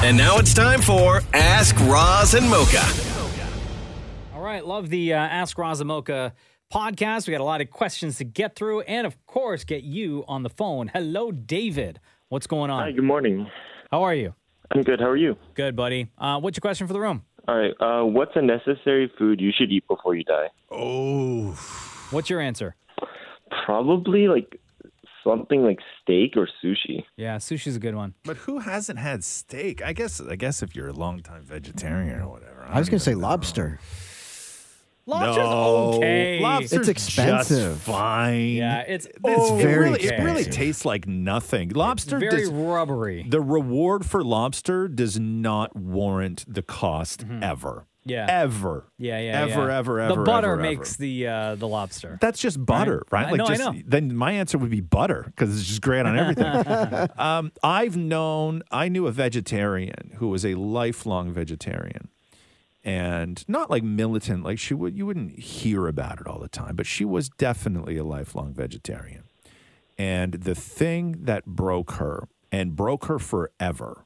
And now it's time for Ask Roz and Mocha. All right, love the uh, Ask Razamoka podcast. We got a lot of questions to get through, and of course, get you on the phone. Hello, David. What's going on? Hi, good morning. How are you? I'm good. How are you? Good, buddy. Uh, what's your question for the room? All right. Uh, what's a necessary food you should eat before you die? What's your answer? Probably like something like steak or sushi. Yeah, sushi's a good one. But who hasn't had steak? I guess. I guess if you're a longtime vegetarian or whatever. I was going to say uh, lobster. Lobster's okay. Lobster's It's expensive. Just Oh, fine. Yeah, it's it very Oh, really, It really expensive. tastes like nothing. Lobster very does- rubbery. the reward for lobster does not warrant the cost ever. Yeah. Ever. Yeah, yeah, Ever, yeah. ever, ever. The butter ever, makes ever. the uh, the lobster. That's just butter, right? I Like know, I just know. then my answer would be butter because it's just great on everything. um, I've known I knew a vegetarian who was a lifelong vegetarian. And not like militant, like she would you wouldn't hear about it all the time, but she was definitely a lifelong vegetarian. And the thing that broke her and broke her forever,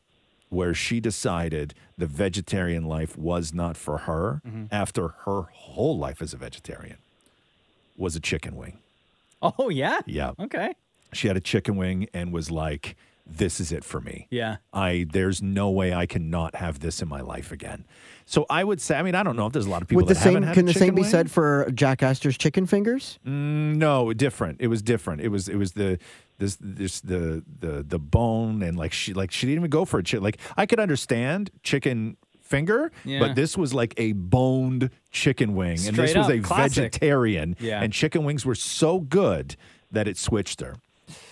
where she decided the vegetarian life was not for her Mm-hmm. after her whole life as a vegetarian, was a chicken wing. Oh yeah. Yeah. Okay. She had a chicken wing and was like, this is it for me. Yeah. I there's no way I cannot have this in my life again. So I would say, I mean, I don't know if there's a lot of people Would the that same haven't had can a the same chicken be wing. Mm, said for Jack Astor's chicken fingers? No, different. It was different. It was it was the this this the the the bone and like she like she didn't even go for a chicken. Like I could understand chicken finger, Yeah. but this was like a boned chicken wing, and this Straight was up, a classic. vegetarian. Yeah. and chicken wings were so good that it switched her.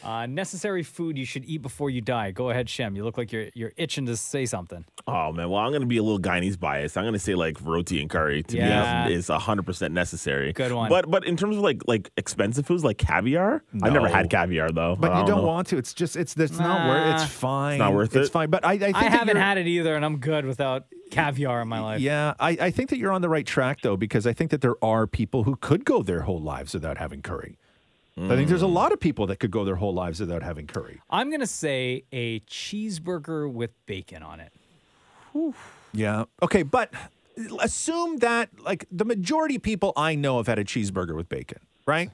Uh, necessary food you should eat before you die. Go ahead, Shem. You look like you're you're itching to say something. Oh man, well I'm gonna be a little Guyanese biased. I'm gonna say like roti and curry to Yeah. me is- is hundred percent necessary. Good one. But but in terms of like like expensive foods like caviar, I've never No. had caviar though. But I you don't know. want to. It's just it's it's not worth. Nah. It's fine. not worth It's it. fine. But I I, think I that haven't you're- had it either, and I'm good without caviar in my life. Yeah, I, I think that you're on the right track though, because I think that there are people who could go their whole lives without having curry. I think Mm. there's a lot of people that could go their whole lives without having curry. I'm gonna say a cheeseburger with bacon on it. Yeah. Okay, but assume that like the majority of people I know have had a cheeseburger with bacon, right?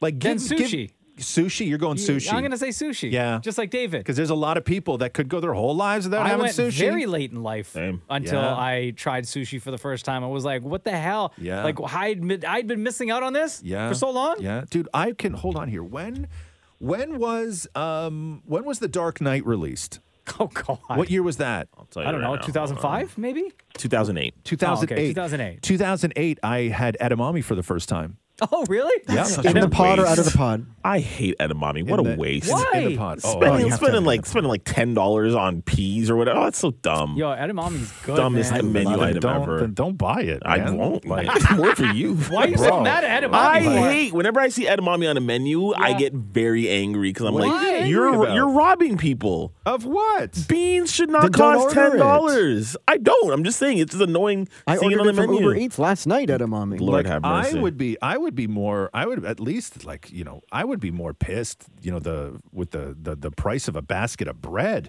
Like Hmm. Then give, give- sushi. sushi, you're going sushi. I'm gonna say sushi. Yeah. Just like David. because there's a lot of people that could go their whole lives without I having went sushi. very late in life Same. until Yeah. I tried sushi for the first time. I was like, "What the hell? Yeah. Like I'd mi- I'd been missing out on this Yeah. for so long. Yeah. Dude, I can hold on here. When when was um when was The Dark Knight released? Oh God. What year was that? I'll tell you I don't right know. now. 2005 maybe. 2008. 2008. 2008. 2008, I had edamame for the first time. Oh really? Yeah. In the pod or out of the waste. pod? I hate edamame. What a In the- waste. in the- In the Why? pod. Oh, you Spending, have to spending have like spending like ten dollars on peas or whatever. Oh, that's so dumb. Yo, edamame's good. Dumbest man. thing. menu Then item don't, ever. Then don't buy it. I man. won't. Like, It's more for you. Why are you so Bro. mad at edamame? I for? hate whenever I see edamame on a menu. I get very angry because I'm What like, are you angry you're about? you're robbing people. of what? Beans should Then not don't cost ten order dollars. I don't. I'm just saying it's just annoying I seeing it ordered on the it from menu. Uber Eats last night at Amami. Lord have mercy. I would be. I would be more. I would at least like you know. I would be more pissed. You know the with the the, the price of a basket of bread.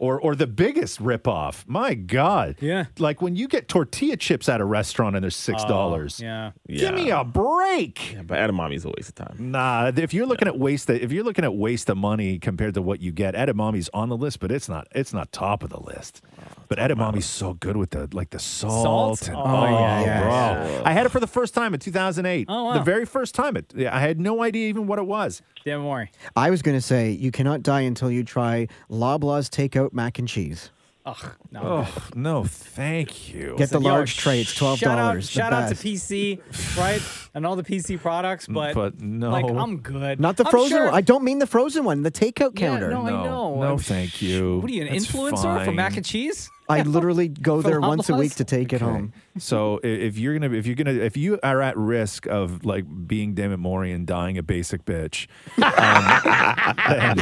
Or, or the biggest ripoff. My God. Yeah. Like when you get tortilla chips at a restaurant and they're $6. Oh, Yeah. Give me a break. Yeah, but edamame is a waste of time. Nah, if you're looking at waste, if you're looking at waste of money compared to what you get, edamame's on the list, but it's not, it's not top of the list. But edamame's so good with the like the salt. Salt? and- Oh, yeah, yeah, bro! I had it for the first time in 2008. Oh, wow. The very first time. It. yeah, I had no idea even what it was. Don't worry. I was going to say you cannot die until you try Loblaws takeout mac and cheese. Ugh. No. Oh no, thank you. Get the Yo, large tray. It's sh- twelve Shout, out, dollars. shout out to PC, right, and all the PC products, but, Mm, But no. like I'm good. Not the I'm frozen sure- one. I don't mean the frozen one. The takeout Yeah, counter. no, I know. no, I'm thank sh- you. What are you, an That's influencer for fine. mac and cheese? I literally go For there once a Loblaws? week to take it home. So i- if you're gonna if you're gonna if you are at risk of like being Damon Mori and dying a basic bitch, um,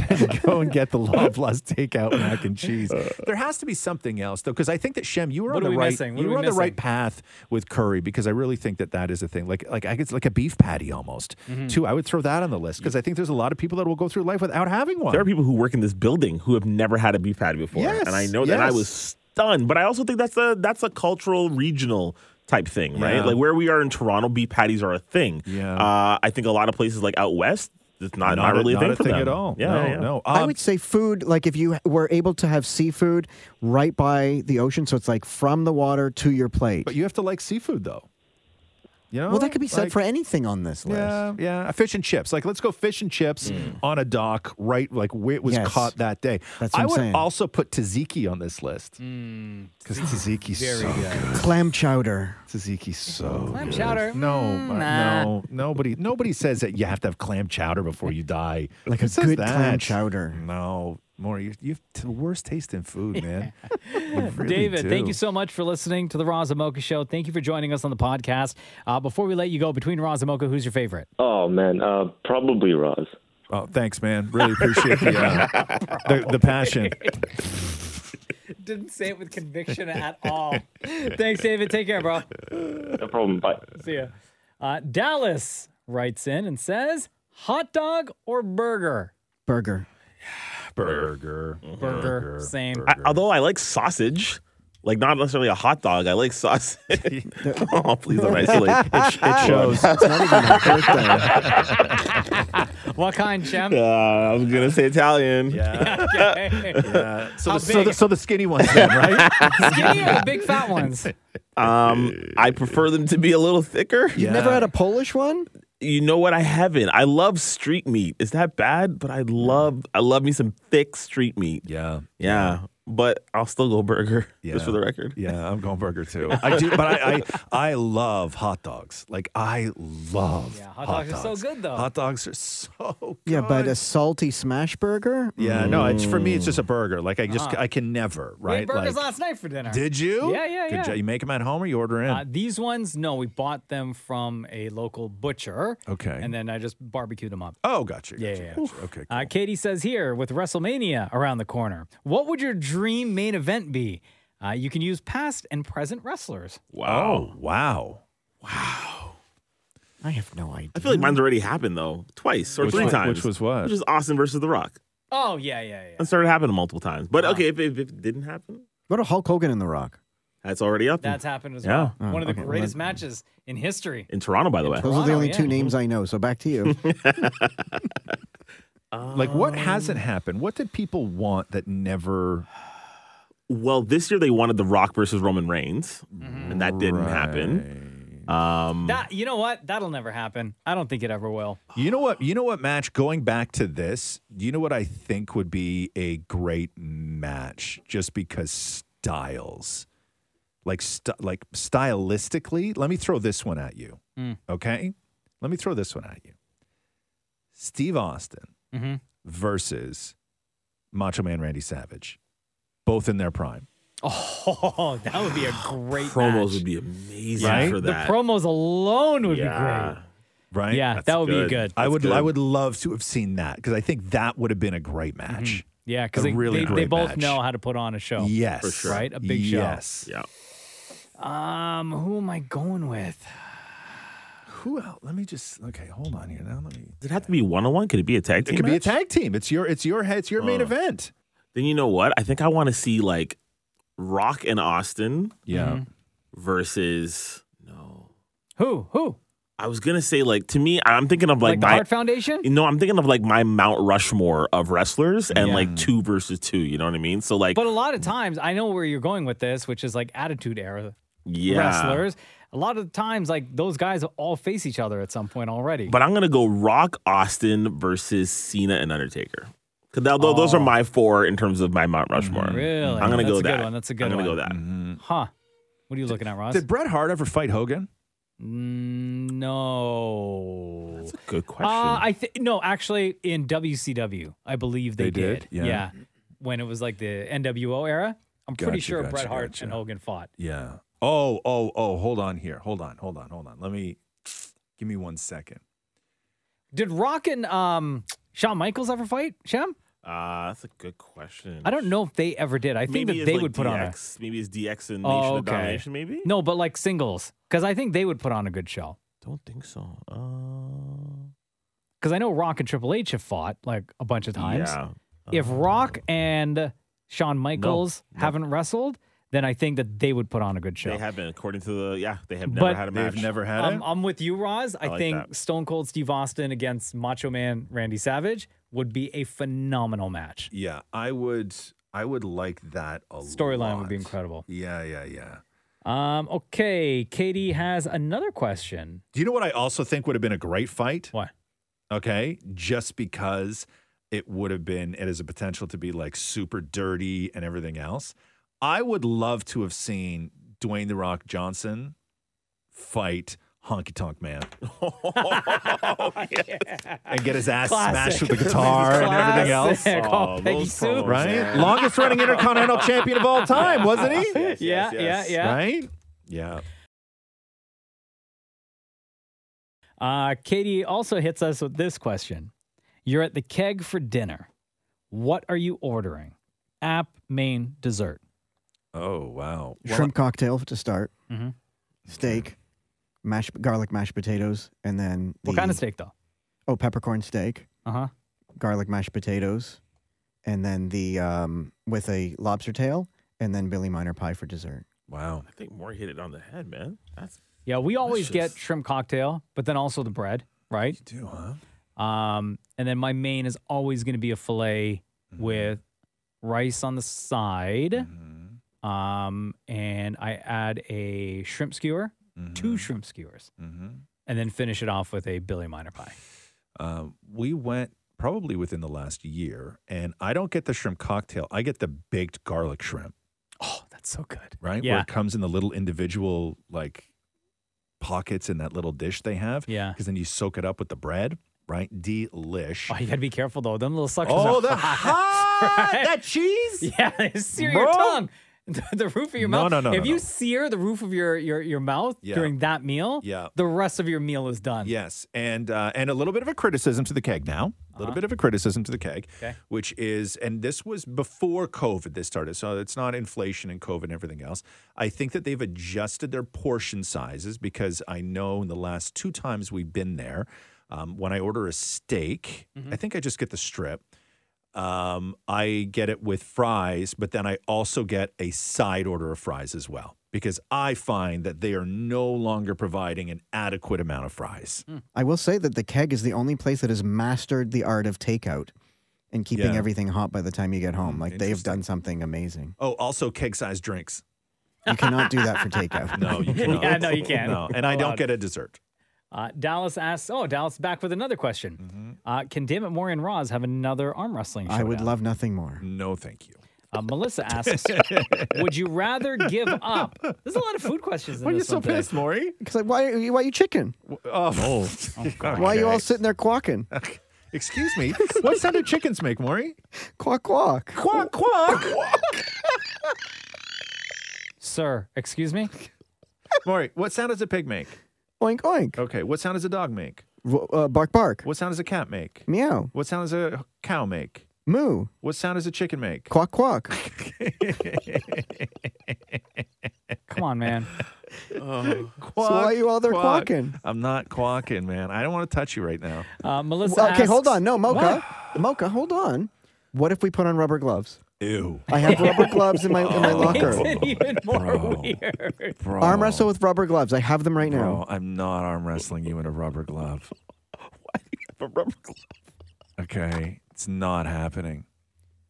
then, go and get the Loblaws takeout mac and cheese. There has to be something else though, because I think that Shem, you were on What are the we right, missing? What you are were we on the missing? right path with curry because I really think that that is a thing. Like, like I guess like a beef patty almost Mm-hmm. too. I would throw that on the list because I think there's a lot of people that will go through life without having one. There are people who work in this building who have never had a beef patty before, Yes, and I know that. And I yes. was stunned, but I also think that's a that's a cultural regional type thing, Yeah. right? Like where we are in Toronto, beef patties are a thing. Yeah. uh, I think a lot of places like out west, it's not not, a- really not a thing a for thing them. at all. Yeah, no, yeah, yeah. no. I Um, would say food, like if you were able to have seafood right by the ocean, so it's like from the water to your plate. But you have to like seafood, though. You know, well, that could be said Like- for anything on this list. Yeah, yeah. Fish and chips. Like, let's go fish and chips on a dock, right? Like where it was Hmm. Yes. caught that day. That's what I I'm would saying. also put tzatziki on this list Hmm. because tzatziki's so good. Clam chowder. Tzatziki's so Clam good. chowder. No, Mm, uh, nah. no, nobody, nobody says that you have to have clam chowder before you die. Like Who a says good clam that? chowder. No, more you, you have the worst taste in food, man. You really David, thank do. you so much for listening to the Razamoka Show. Thank you for joining us on the podcast. Uh, before we let you go, between Razamoka, who's your favorite? Oh man, uh, probably Roz. Oh, thanks, man. Really appreciate the, uh, the the passion. Didn't say it with conviction at all. Thanks, David. Take care, bro. No problem. Bye. See ya. Uh, Dallas writes in and says, hot dog or burger? Burger. Burger. Burger. Same. I- although I like sausage. Like not necessarily a hot dog. I like sausage. oh, please don't isolate. It, it shows. It's not even my birthday. What kind, champ? Uh, I was gonna say Italian. Yeah. Okay. yeah. So, How the, so, big? the, so the skinny ones, then, right? Skinny or big fat ones? Um, I prefer them to be a little thicker. You've never had a Polish one? You know what? I haven't. I love street meat. Is that bad? But I love I love me some thick street meat. Yeah. Yeah. But I'll still go burger. Just for the record. Yeah, I'm going burger too. I do, but I, I I love hot dogs. Like I love. Yeah, hot dogs are so good, though. Hot dogs are so. Good. Yeah, but a salty smash burger? yeah, no. It's for me. It's Mm. just a burger. Like I just I can never We right. had Uh-huh. burgers like, last night for dinner. did you? Yeah, yeah, Good yeah. job. You make them at home or you order in. Uh, these ones, no, we bought them from a local butcher. Okay. And then I just barbecued them up. oh, gotcha. gotcha Yeah, yeah, yeah. gotcha. Okay. Uh, Katie says here with WrestleMania around the corner, what would your dream main event be? Uh, you can use past and present wrestlers. Wow. Oh, wow. I have no idea. I feel like mine's already happened though. Twice or Which three one- times. which was what? Which was Austin versus The Rock. Oh yeah, yeah, yeah. That started happening multiple times. Ah. But okay, if, if, if it didn't happen, What a Hulk Hogan in the Rock? that's already up. That's happened as Yeah. Oh, well. One of the okay, well, greatest that- matches in history. in Toronto, by the way. Those are the Toronto, only two yeah. names I know. So back to you. Like what hasn't happened? What did people want that never? Well, this year they wanted The Rock versus Roman Reigns, Mm-hmm. and that didn't happen. Um, That you know what? That'll never happen. I don't think it ever will. You know what? You know what match? Going back to this, you know what I think would be a great match, just because styles, like st- like stylistically. Let me throw this one at you, okay? Let me throw this one at you. Steve Austin Mhm. versus Macho Man Randy Savage, both in their prime. Oh, that would be a great promos match. would be amazing Right? for the that. promos alone would Yeah. be Right? great. Yeah, That's that would good. be good. I That's would. good. I would love to have seen that because I think that would have been a great match. yeah, a because they, really they, they great both match. know how to put on a show. Yes, For sure. Right? A big show. yes. Yeah. Um, who am I going with? Who else? Let me just. Okay, hold on here now. Let me. Did it have to be one on one? Could it be a tag team? It could be a match? tag team. Oh. It's your. It's your. head. It's your main event. Then you know what? I think I want to see like Rock and Austin Yeah. Mm-hmm. versus no. Who? Who? I was gonna say like to me, I'm thinking of like, Like, the my Heart Foundation? you know, I'm thinking of like my Mount Rushmore of wrestlers and Yeah. like two versus two. You know what I mean? So like But a lot of times, I know where you're going with this, which is like Attitude Era yeah. wrestlers. A lot of times, like those guys all face each other at some point already. But I'm gonna go Rock Austin versus Cena and Undertaker. Cause tho- tho- those are my four in terms of my Mount Rushmore. Oh. Mm-hmm. Really? I'm gonna That's go a good that. one. That's a good I'm gonna one. Mm-hmm. go that. huh? What are you looking at, Ross? Did Bret Hart ever fight Hogan? Mm, no. Good question. Uh, I think no, actually, in WCW, I believe they, They did? Yeah. Yeah. when it was like the NWO era, I'm pretty Gotcha, sure gotcha, Bret Hart gotcha. and Hogan fought. Yeah. Oh. Oh. Oh. Hold on here. Hold on. Hold on. Hold on. Let me. Give me one second. Did Rock and um, Shawn Michaels ever fight? Shem? Uh, that's a good question. I don't know if they ever did. I think Maybe that it's they like would put on a DX, Maybe it's DX and Nation oh, of okay. Domination. Maybe. No, but like singles, because I think they would put on a good show. Don't think so. Uh, Because I know Rock and Triple H have fought like a bunch of times. yeah. If Rock and Shawn Michaels no. haven't wrestled, then I think that they would put on a good show. They haven't, according to the yeah, they have never But had a match. They've never had I'm, it. Um, I'm with you, Roz. I, like think that. Stone Cold Steve Austin against Macho Man Randy Savage would be a phenomenal match. yeah, I would. I would like that a lot. Storyline would be incredible. Yeah, yeah, yeah. Um, okay, Katie has another question. Do you know what I also think would have been a great fight? What? okay just because it would have been it has a potential to be like super dirty and everything else i would love to have seen dwayne the rock johnson fight honky tonk man Oh, and get his ass smashed with the guitar and everything else Classic. Oh, Oh, Peggy those Sue. promos, right man. longest running intercontinental champion of all time wasn't he Yes, Yeah, yes, yeah, yes. yeah. right yeah Uh, Katie also hits us with this question You're at the keg for dinner. What are you ordering? App, main, dessert. oh wow Shrimp cocktail to start. Mhm. Steak, mashed garlic mashed potatoes, and then What the- kind of steak, though? Oh, peppercorn steak, Uh huh. garlic mashed potatoes, and then the um, with a lobster tail, and then Billy Miner pie for dessert. wow I think Moore hit it on the head, man. That's Yeah, we always Delicious. get shrimp cocktail, but then also the bread, right? do huh Um, and then my main is always going to be a filet Mm-hmm. with rice on the side. Mm-hmm. Um, and I add a shrimp skewer, Mm-hmm. two shrimp skewers, and then finish it off with a Billy Miner pie. um, we went probably within the last year, and I don't get the shrimp cocktail. I get the baked garlic shrimp, Oh, that's so good. right? Where Yeah. it comes in the little individual like pockets in that little dish they have. Yeah. Because then you soak it up with the bread, right? Delish. Oh, you got to be careful though. Them little suckers. Oh, are the hot Right? that cheese. Yeah, they sear your Bro. tongue. The, the roof of your No, mouth. no, no, no, If you no. sear the roof of your your, your mouth Yeah. during that meal, Yeah. the rest of your meal is done. Yes, and uh, and a little bit of a criticism to the keg now. A little bit of a criticism to the keg, Okay. which is, and this was before COVID. This started, so it's not inflation and COVID and everything else. I think that they've adjusted their portion sizes because I know in the last two times we've been there, um, when I order a steak, I think I just get the strip. Um, I get it with fries, but then I also get a side order of fries as well because I find that they are no longer providing an adequate amount of fries. I will say that the keg is the only place that has mastered the art of takeout and keeping Yeah. everything hot by the time you get home. Like they've interesting. done something amazing. Oh, also keg sized drinks. You cannot do that for takeout. No, you cannot. Yeah, no, you can't. No, and I don't get a dessert. Uh, Dallas asks, oh, Dallas back with another question. Uh, can Dammit Moore and Roz have another arm wrestling show? I would love nothing more. No, thank you. Uh, Melissa asks, would you rather give up? There's a lot of food questions in this one today. Maury? Because like, why, are you- why are you chicken? Oh, Why are you all sitting there quacking? excuse me. What sound do chickens make, Maury? Quack quack. Quack, quack. Sir, excuse me? Maury, what sound does a pig make? Oink oink. Okay, what sound does a dog make? Ro- Uh, bark bark. What sound does a cat make? Meow. What sound does a cow make? Moo. What sound does a chicken make? Quack quack. Come on, man. so why are you all there quack. quacking? I'm not quacking, man. I don't want to touch you right now. Uh, Melissa Well, okay, hold asks- on. No, Mocha. Mocha, hold on. What if we put on rubber gloves? Ew. I have rubber gloves in my in my Makes locker. it even more weird. Bro. Arm wrestle with rubber gloves. I have them right now. Bro, I'm not arm wrestling you in a rubber glove. a rubber glove. Okay. It's not happening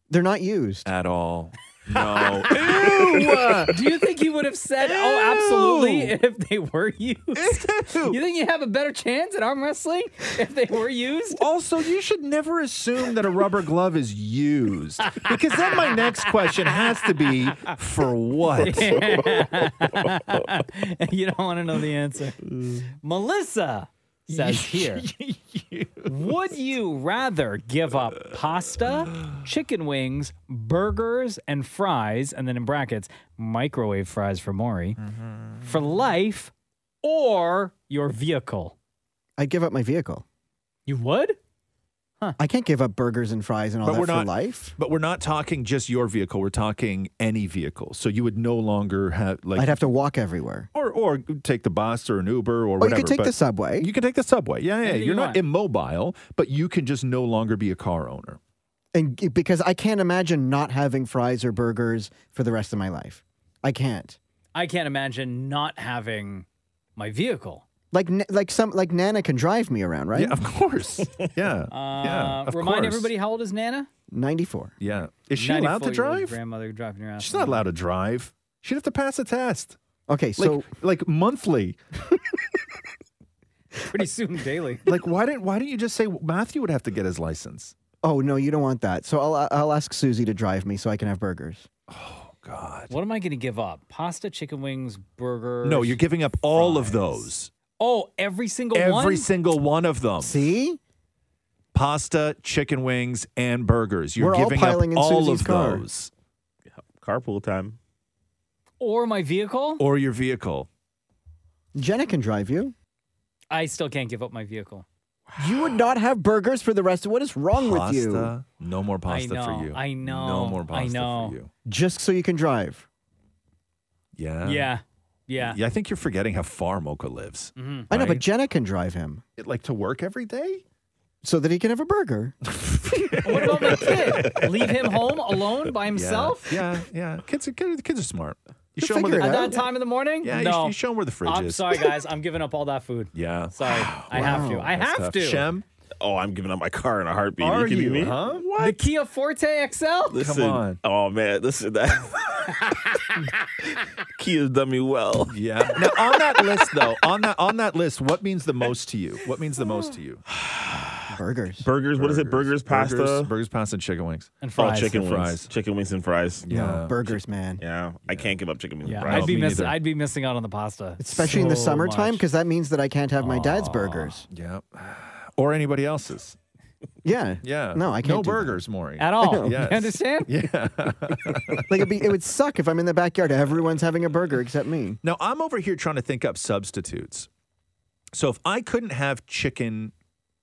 They're not used. at all. No. uh? Do you think he would have said, oh, absolutely, if they were used? You think you have a better chance at arm wrestling if they were used? also, you should never assume that a rubber glove is used because then my next question has to be for what? you don't want to know the answer. Mm. Melissa says here Would you rather give up pasta, chicken wings, burgers, and fries, and then in brackets, microwave fries for Maury, Mm-hmm. for life or your vehicle? I'd give up my vehicle. You would? I can't give up burgers and fries and all But that we're for not- life. But we're not talking just your vehicle. We're talking any vehicle. So you would no longer have like I'd have to walk everywhere. or or take the bus or an Uber or Or you whatever. could take but the subway. You can take the subway. Yeah, yeah. Anything You're you not want. immobile, but you can just no longer be a car owner. and g- because I can't imagine not having fries or burgers for the rest of my life. I can't. I can't imagine not having my vehicle. Like n- like some like Nana can drive me around, right? Yeah, of course. yeah, Uh, yeah. Of remind course. everybody how old is Nana? 94. Yeah, is she allowed to 94-year-old drive? Grandmother driving her ass. She's not allowed to drive. She'd have to pass a test, Okay, like so like monthly. Pretty soon, daily. Like why didn't why didn't you just say Matthew would have to get his license? oh no, you don't want that. So I'll I'll ask Susie to drive me so I can have burgers. God. What am I going to give up? Pasta, chicken wings, burger. No, you're giving up all of Fries. those. Oh, every single Every one. single one of them. See? Pasta, chicken wings, and burgers. You're We're all giving piling in up all Susie's of car. those. Carpool time. or my vehicle. Or your vehicle. Jenna can drive you. I still can't give up my vehicle. You would not have burgers for the rest of what is wrong pasta. with you? No more pasta know, for you. I know, No more I pasta know. for you. Just so you can drive. Yeah. yeah. Yeah. Uh, Yeah, I think you're forgetting how far Mocha lives. I know, Right. but Jenna can drive him It- Like to work every day? so that he can have a burger. What about my kid? Leave him home alone by Yeah. himself Yeah, yeah. Kids are, kids are- kids are smart. You They'll show them where figure at it the, out. that time in the morning? yeah, you sh- no. you, show them where the fridge I'm is. sorry, guys. I'm giving up all that food. Yeah. Sorry, I have to. I have Tough. to. Shem, Oh, I'm giving up my car in a heartbeat. are kidding you? me? Huh? The Kia Forte XL. Listen, on. Oh man, listen that. Kia's done me well. Yeah. Now on that list though, on that on that list, what means the most to you? What means the most to you? Burgers. Burgers, what is it? Burgers, pasta, Burgers, burgers pasta, and chicken wings. And oh, fries. chicken and wings, fries. chicken wings and fries. Yeah, uh, No, burgers, man. I can't give up chicken wings Yeah, and fries. I'd be me missing. neither. I'd be missing out on the pasta, Especially in the so summertime, much. because that means that I can't have my dad's burgers. Yeah. Or anybody else's. Yeah. Yeah. No, I can't. No do that. burgers, Maury. at all. Yes. You understand? Yeah. Like it'd be, it would suck if I'm in the backyard. Everyone's having a burger except me. Now I'm over here trying to think up substitutes. So if I couldn't have chicken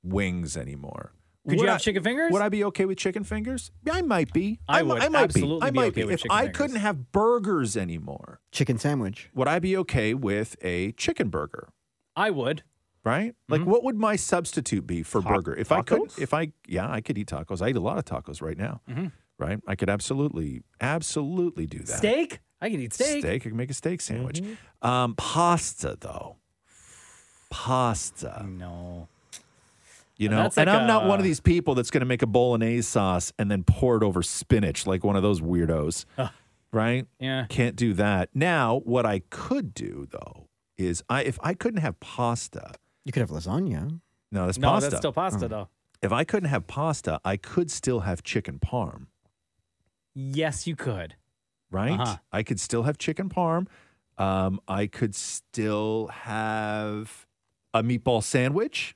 wings anymore, Could you would have chicken fingers? Would I be okay with chicken fingers? Yeah, I might be. I mi- would I might absolutely I be might okay be. with if chicken I fingers. couldn't have burgers anymore, Chicken sandwich. would I be okay with a chicken burger? I would. Right? Mm-hmm. Like, what would my substitute be for burger? If I could, if I, yeah, I could eat tacos. I eat a lot of tacos right now. Mm-hmm. Right? I could absolutely, absolutely do that. Steak. I could eat steak. Mm-hmm. I could make a steak sandwich. Um, pasta though. Pasta. No. You know, Mm. That's and like I'm not one a- uh, of these people that's going to make a bolognese sauce and then pour it over spinach like one of those weirdos. Right? Yeah. Can't do that. Now, what I could do though is I if I couldn't have pasta. You could have lasagna. No, that's No, pasta. Mm. that's still pasta though. if I couldn't have pasta, I could still have chicken parm, Yes, you could. right? Uh-huh. I could still have chicken parm. Um, I could still have a meatball sandwich.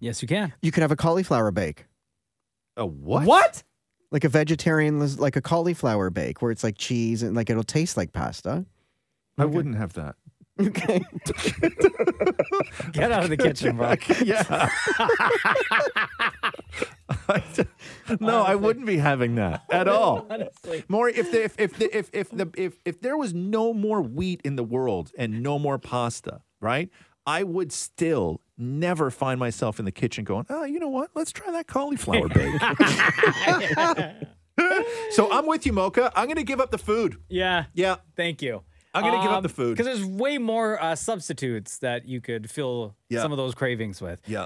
Yes, you can. You could have a cauliflower bake, A what? like a vegetarian, las- like a cauliflower bake, where it's like cheese and like it'll taste like pasta. I wouldn't have that. Okay. Get out of the kitchen, bro. Yeah. no, I wouldn't be having that at all. Honestly. Maury, if the, if if the, if if, the, if if there was no more wheat in the world and no more pasta, right? I would still never find myself in the kitchen going, oh, you know what? Let's try that cauliflower bake. so I'm with you, Mocha. I'm going to give up the food. Yeah. Yeah. Thank you. I'm gonna give up the food. because there's way more uh, substitutes that you could fill Yeah. some of those cravings with. Yeah.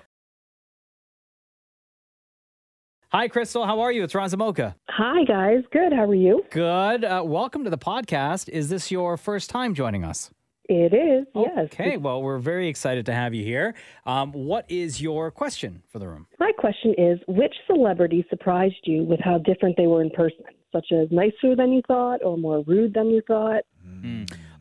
Hi, Crystal. How are you? It's Ron Zamoka. Hi, guys. Good. How are you? Good. Uh, welcome to the podcast. Is this your first time joining us? It is. Yes. Okay. Well, we're very excited to have you here. Um, what is your question for the room? My question is which celebrity surprised you with how different they were in person, such as nicer than you thought or more rude than you thought?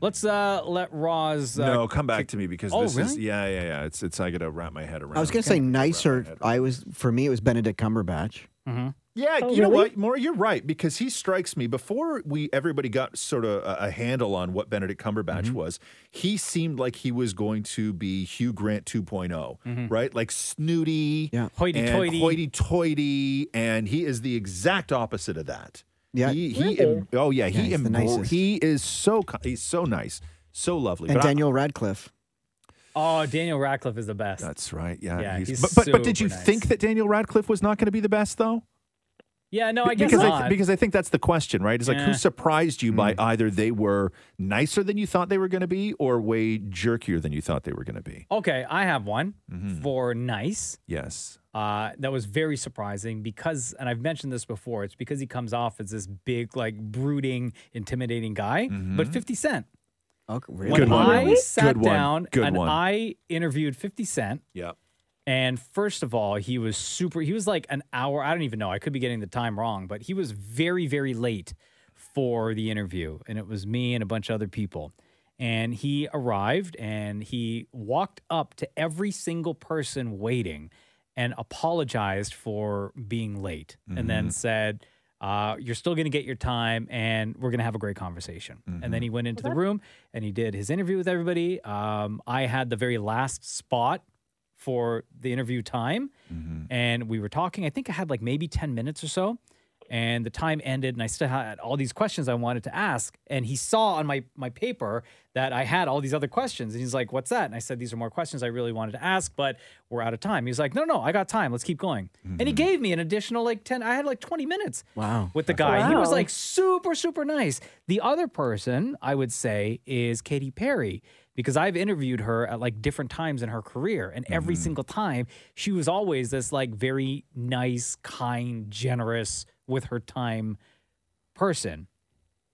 Let's uh, let Roz. Uh, No, come back to me because Oh, this is really? yeah, yeah, yeah. It's it's I got to wrap my head around. I was gonna say nicer. I was for me it was Benedict Cumberbatch. Mhm. Yeah, Oh, you know really? what, Maura, you're right because he strikes me. Before we everybody got sort of a, a handle on what Benedict Cumberbatch was, he seemed like he was going to be Hugh Grant 2.0, right? Like snooty, Yeah. Hoity-toity. and hoity-toity, and he is the exact opposite of that. Yeah. he, he em- oh yeah, he he's the embro- nicest. he is so ki- he's so nice, so lovely. and But I- Daniel Radcliffe. Oh, Daniel Radcliffe is the best. that's right. Yeah, Yeah, he's but, but but did super you nice. think that Daniel Radcliffe was not going to be the best though? yeah, no, Oh, I guess because not. I, because I think that's the question, right? It's like Yeah. who surprised you by either they were nicer than you thought they were going to be, or way jerkier than you thought they were going to be. okay, I have one Mm-hmm. for nice. Yes, Uh, that was very surprising because, and I've mentioned this before, it's because he comes off as this big, like brooding, intimidating guy. But 50 Cent, Oh, when Mm-hmm. really? Good one. I Good sat one. down Good and one. I interviewed 50 Cent, yeah, and first of all, he was super, he was like an hour, I don't even know, I could be getting the time wrong, but he was very, very late for the interview. And it was me and a bunch of other people. And he arrived and he walked up to every single person waiting and apologized for being late and then said, uh, You're still going to get your time and we're going to have a great conversation. And then he went into the room and he did his interview with everybody. Um, I had the very last spot for the interview time and we were talking. I think I had like maybe 10 minutes or so. And the time ended, and I still had all these questions I wanted to ask. And he saw on my, my paper that I had all these other questions. And he's like, What's that? And I said, These are more questions I really wanted to ask, but we're out of time. He was like, No, no, I got time. Let's keep going. And he gave me an additional like 10, I had like 20 minutes Wow. with the guy. He was Wow. like super, super nice. The other person I would say is Katy Perry because I've interviewed her at like different times in her career. And every Mm-hmm. single time, she was always this like very nice, kind, generous with her time person.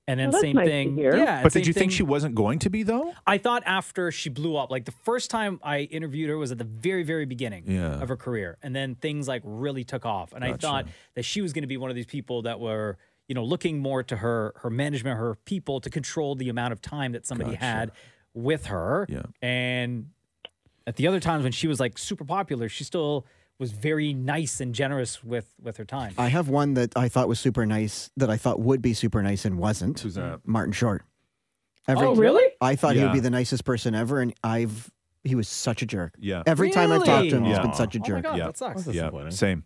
And then Well, that's same nice to thing. hear. Yeah. and but same did you thing- think she wasn't going to be though? I thought after she blew up, like the first time I interviewed her was at the very, very beginning Yeah. of her career. And then things like really took off. And I thought that she was going to be one of these people that were, you know, looking more to her, her management, her people to control the amount of time that somebody had with her. Yeah. And at the other times when she was like super popular, she still was very nice and generous with, with her time. I have one that I thought was super nice that I thought would be super nice and wasn't. Who's that? Martin Short. Oh, really? I thought he Yeah. would be the nicest person ever, and I've he was such a jerk. Yeah. Every time I've talked to him, he's Really? been such a oh my jerk. God, Yeah. that sucks. Yeah, disappointing. same,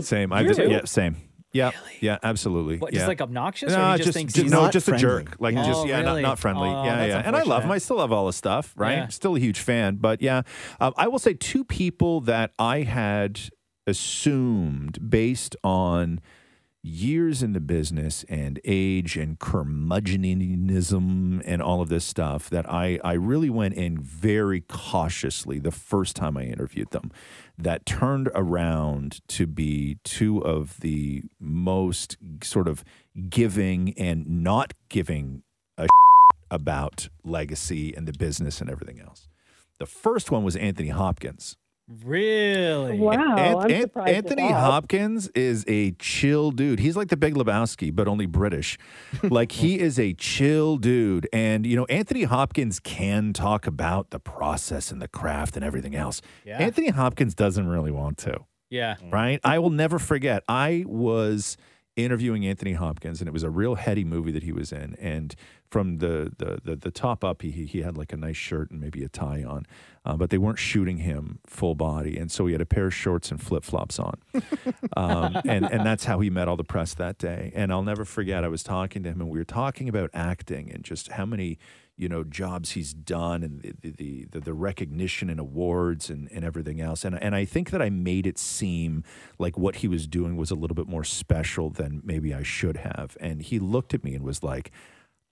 same. I You just, too? yeah, same. Yeah, yeah, absolutely. What, yeah. just like obnoxious? or No, he just, just, thinks ju- he's no, Not just friendly. a jerk. Like Yeah. just Oh, yeah, really? not, not friendly. Oh, yeah, that's yeah. And I love him. unfortunate. I still love all his stuff. Right. Yeah. Still a huge fan. But yeah, um, I will say two people that I had assumed based on years in the business and age and curmudgeonism and all of this stuff that I, I really went in very cautiously the first time I interviewed them that turned around to be two of the most sort of giving and not giving a about legacy and the business and everything else. The first one was Anthony Hopkins. really. Wow, An- I'm An- surprised. at Anthony that. Hopkins is a chill dude. He's like the Big Lebowski, but only British. like he is a chill dude, and you know Anthony Hopkins can talk about the process and the craft and everything else. Yeah. Anthony Hopkins doesn't really want to Yeah. right? I will never forget. I was interviewing Anthony Hopkins, and it was a real heady movie that he was in. And from the the the, the top up, he he had like a nice shirt and maybe a tie on, uh, but they weren't shooting him full body, and so he had a pair of shorts and flip flops on. um, and and that's how he met all the press that day. And I'll never forget. I was talking to him, and we were talking about acting and just how many you know jobs he's done and the the the, the recognition and awards and, and everything else. And and I think that I made it seem like what he was doing was a little bit more special than maybe I should have. And he looked at me and was like,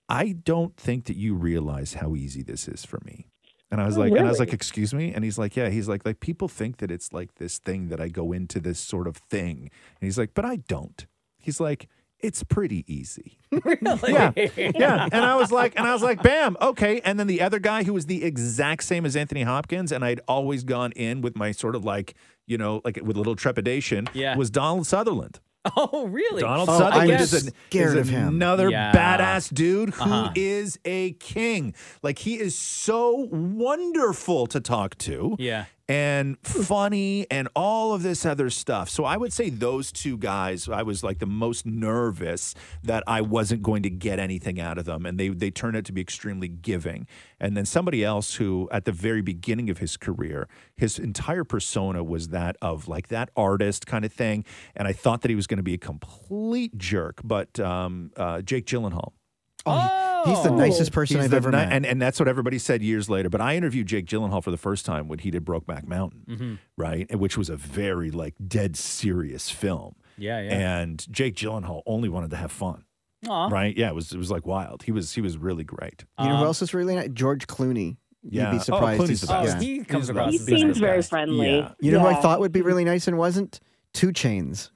"I don't think that you realize how easy this is for me." And I was Oh, like, and I was really? like, excuse me. And he's like, yeah. He's like, like people think that it's like this thing that I go into this sort of thing. And he's like, but I don't. He's like, it's pretty easy. Yeah, yeah. And I was like, and I was like, bam, okay. And then the other guy who was the exact same as Anthony Hopkins, and I'd always gone in with my sort of like, you know, like with a little trepidation, Yeah. was Donald Sutherland. Oh, really? Donald Oh, Sutherland I'm is, an, scared is of him. another Yeah. badass dude who is Uh-huh. a king. Like he is so wonderful to talk to. Yeah. and funny and all of this other stuff. So I would say those two guys, I was like the most nervous that I wasn't going to get anything out of them. And they, they turned out to be extremely giving. And then somebody else who, at the very beginning of his career, his entire persona was that of like that artist kind of thing. And I thought that he was going to be a complete jerk, but um, uh, Jake Gyllenhaal. Oh, He's the nicest person He's I've the ever ni- met. And, and that's what everybody said years later. But I interviewed Jake Gyllenhaal for the first time when he did Brokeback Mountain, right? And Which was a very like dead serious film. Yeah, yeah. And Jake Gyllenhaal only wanted to have fun, Aw. right? Yeah, it was it was like wild. He was he was really great. you know who else is really nice? George Clooney. uh, Yeah. You'd Oh, be surprised. Clooney's he's- the Oh, best. yeah. he comes He's across the He as best. being seems the very best. friendly. Yeah. You know who I Yeah. thought would be really nice and wasn't? Two Chains.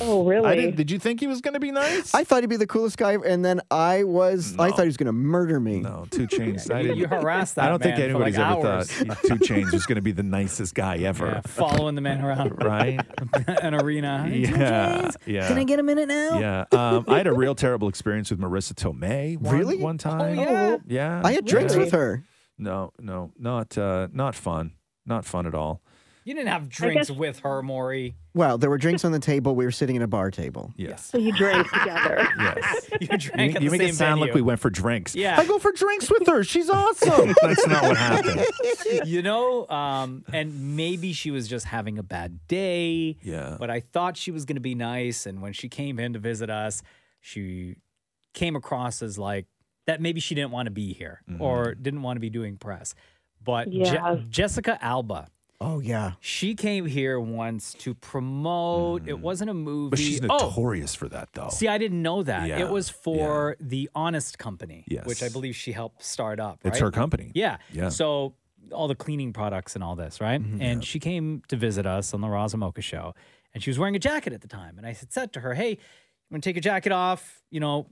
Oh, really? I didn't, did you think he was going to be nice? I thought he'd be the coolest guy, and then I was. I thought he was going to murder me. no, two chains. I You, didn't. you harass that. I don't think man for, anybody's like, ever hours. thought Two Chains was going to be the nicest guy Yeah, ever, following the man around right? an arena. Yeah, yeah. Can I get a minute now? Yeah, um, I had a real terrible experience with Marissa Tomei. One, Really? Oh, One time. Oh, yeah. yeah. I had drinks with her. No, no, not uh, not fun. Not fun at all. You didn't have drinks guess- with her, Maury. Well, there were drinks on the table. We were sitting at a bar table. Yes. So you drank together. Yes. You drank you at you the make same it sound like we venue. went for drinks. Yeah. I go for drinks with her. She's awesome. That's not what happened. you know, um, and maybe she was just having a bad day. Yeah. But I thought she was going to be nice. And when she came in to visit us, she came across as like that maybe she didn't want to be here Mm-hmm. or didn't want to be doing press. But Je- Yeah. Jessica Alba, Oh yeah. she came here once to promote. It wasn't a movie. Mm. But she's oh, notorious for that, though. See, I didn't know that. Yeah, It was for the Honest Company, which I Yes. believe she helped start up. it's right? her company. Yeah. Yeah. Mm-hmm. So all the cleaning products and all this, right? And she came to visit us on the Razamoka show, and she was wearing a jacket at the time. And I had said to her, "Hey, I'm gonna take your jacket off. You know,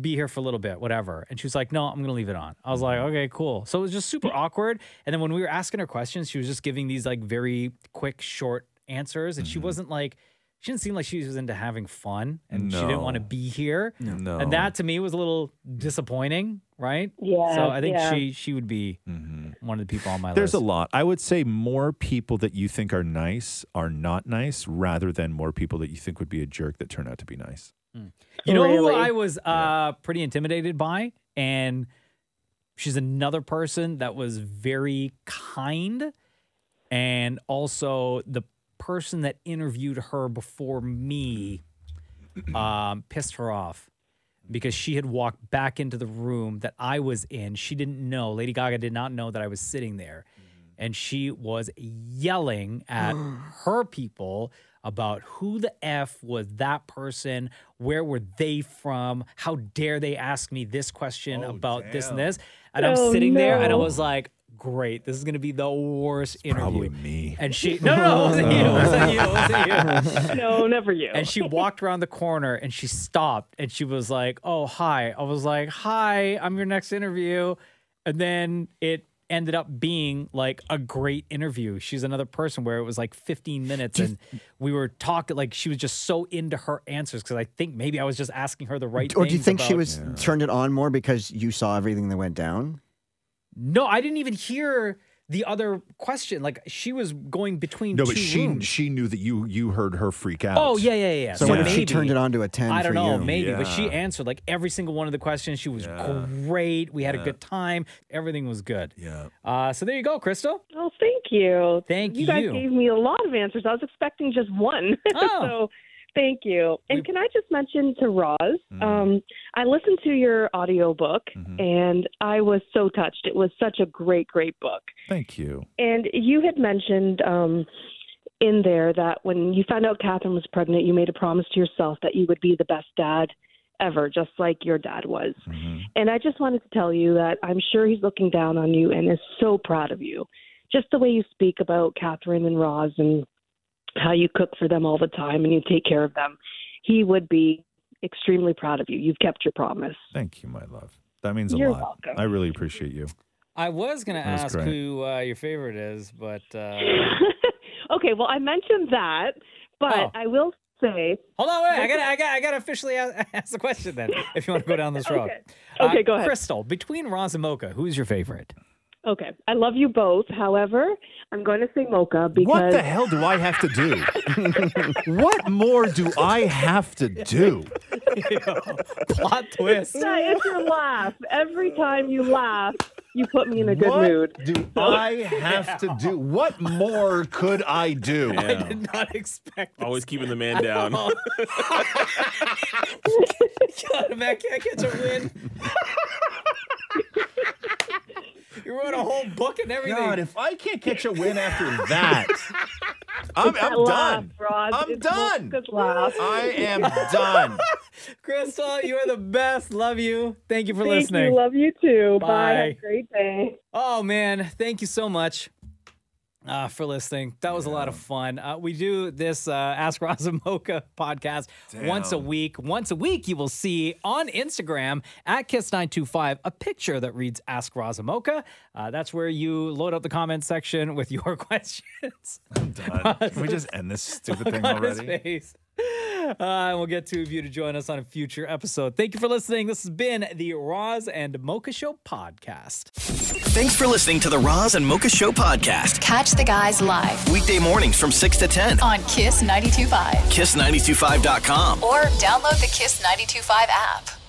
be here for a little bit, whatever." And she was like, "No, I'm gonna leave it on." I was Mm-hmm. like, "Okay, cool." So it was just super awkward. And then when we were asking her questions, she was just giving these like very quick, short answers, and she Mm-hmm. wasn't like. She didn't seem like she was into having fun and she didn't want to No. be here. No. And that to me was a little disappointing, right? Yeah, So I think yeah. she she would be one of the people on my Mm-hmm. There's a list. lot. I would say more people that you think are nice are not nice, rather than more people that you think would be a jerk that turn out to be nice. you know who Really? I was uh, pretty intimidated by, and she's another person that was very kind, and also the person that interviewed her before me um, pissed her off because she had walked back into the room that I was in. She didn't know. Lady Gaga did not know that I was sitting there. And she was yelling at her people about who the F was that person? Where were they from? How dare they ask me this question about this and this? And I'm Oh, sitting there and I no. was like, great, this is going to be the worst interview. Probably me. And she, no, no, no, it wasn't you. Oh. It wasn't you. It wasn't you. no, never you. And she walked around the corner and she stopped and she was like, Oh, hi. I was like, Hi, I'm your next interview. And then it ended up being like a great interview. She's another person where it was like 15 minutes and we were talking, like, she was just so into her answers because I think maybe I was just asking her the right Or do you things think she about- was turned it on more because you saw everything that went down? No, I didn't even hear the other question. Like, she was going between No, two but she rooms. she knew that you you heard her freak out. Oh yeah, yeah, yeah, yeah. So what if maybe, she turned it on to a ten? I don't for know, you? maybe, but she Yeah. answered like every single one of the questions. She was great. We had a good time. Everything was good. Yeah. Uh, so there you go, Crystal. Well, thank you. Thank You guys you. gave me a lot of answers. I was expecting just one. Oh. so thank you. And can I just mention to Roz, Mm. um, I listened to your audiobook Mm-hmm. and I was so touched. It was such a great, great book. Thank you. And you had mentioned um, in there that when you found out Catherine was pregnant, you made a promise to yourself that you would be the best dad ever, just like your dad was. Mm-hmm. And I just wanted to tell you that I'm sure he's looking down on you and is so proud of you. Just the way you speak about Catherine and Roz and how you cook for them all the time and you take care of them, he would be extremely proud of you. You've kept your promise. Thank you, my love. That means a You're lot. welcome. I really appreciate you. I was gonna That was ask great. who uh, your favorite is, but uh... okay, well, I mentioned that, but Oh. I will say. hold on, wait. I gotta, I gotta, I gotta officially ask, ask the question then. If you want to go down this road. Uh, Okay. Okay, go ahead. Crystal, between Roz and Mocha, who's your favorite? Okay. I love you both. However, I'm going to say mocha because What the hell do I have to do? what more do I have to do? Plot twist. Yeah, it's your laugh. Every time you laugh, you put me in a good what mood. do I have to do? What more could I do? I did not expect this. Always keeping the man down. God, Matt can't catch a win. you wrote a whole book and everything. God, if I can't catch a win after that, I'm, That I'm laugh, done. Roz. I'm It's done. Mocha's laugh. I am done. Crystal, you are the best. Love you. Thank you for Thank listening. you. Love you too. Bye. Bye. Have a great day. oh man, thank you so much. Uh, for listening. That was a lot of fun. Uh, we do this uh, Ask Razamoka podcast once a week. Once a week, you will see on Instagram at Kiss925 a picture that reads Ask Razamoka. Uh, that's where you load up the comment section with your questions. Done. Can we just end this stupid thing on his already? face. Uh, and we'll get two of you to join us on a future episode. Thank you for listening. This has been the Roz and Mocha Show podcast. Thanks for listening to the Roz and Mocha Show podcast. Catch the guys live Weekday mornings from 6 to 10. on Kiss 92.5 Kiss925.com. or download the Kiss 92.5 app.